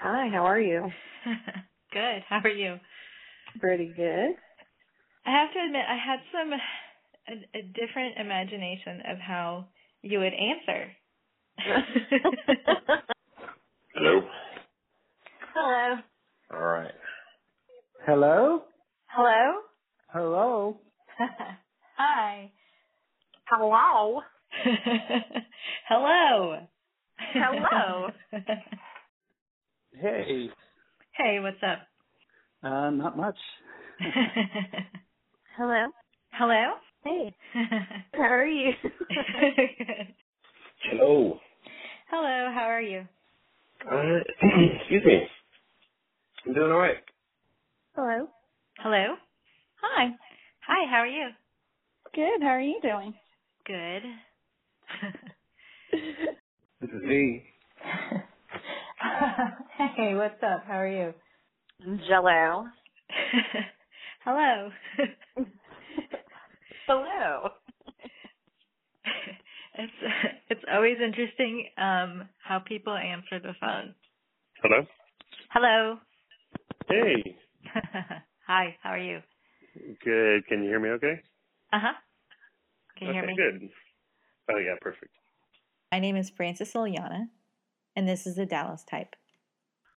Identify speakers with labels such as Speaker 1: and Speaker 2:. Speaker 1: Hi, how are you?
Speaker 2: good. How are you?
Speaker 1: Pretty good.
Speaker 2: I have to admit, I had some a, a different imagination of how you would answer.
Speaker 3: Hello.
Speaker 1: Hello.
Speaker 3: All right.
Speaker 4: Hello?
Speaker 1: Hello.
Speaker 4: Hello?
Speaker 2: Hi.
Speaker 1: Hello.
Speaker 2: Hello.
Speaker 1: Hello.
Speaker 4: Hey.
Speaker 2: hey, what's up?
Speaker 4: Uh, not much.
Speaker 1: Hello.
Speaker 2: Hello?
Speaker 1: Hey, how are you?
Speaker 2: Good.
Speaker 3: Hello.
Speaker 2: Hello, how are you?
Speaker 3: Uh, excuse me. I'm doing all right.
Speaker 1: Hello.
Speaker 2: Hello?
Speaker 1: Hi.
Speaker 2: Hi, how are you?
Speaker 1: Good. How are you doing?
Speaker 2: Good.
Speaker 3: This is me.
Speaker 2: hey, what's up? How are you?
Speaker 1: Jello.
Speaker 2: Hello.
Speaker 1: Hello.
Speaker 2: it's it's always interesting um how people answer the phone.
Speaker 3: Hello.
Speaker 2: Hello.
Speaker 3: Hey.
Speaker 2: Hi, how are you?
Speaker 3: Good. Can you hear me? Okay.
Speaker 2: Uh-huh. Can you
Speaker 3: okay,
Speaker 2: hear me?
Speaker 3: Good. Oh yeah, perfect.
Speaker 2: My name is Frances Ilyana, and this is the Dallas Type.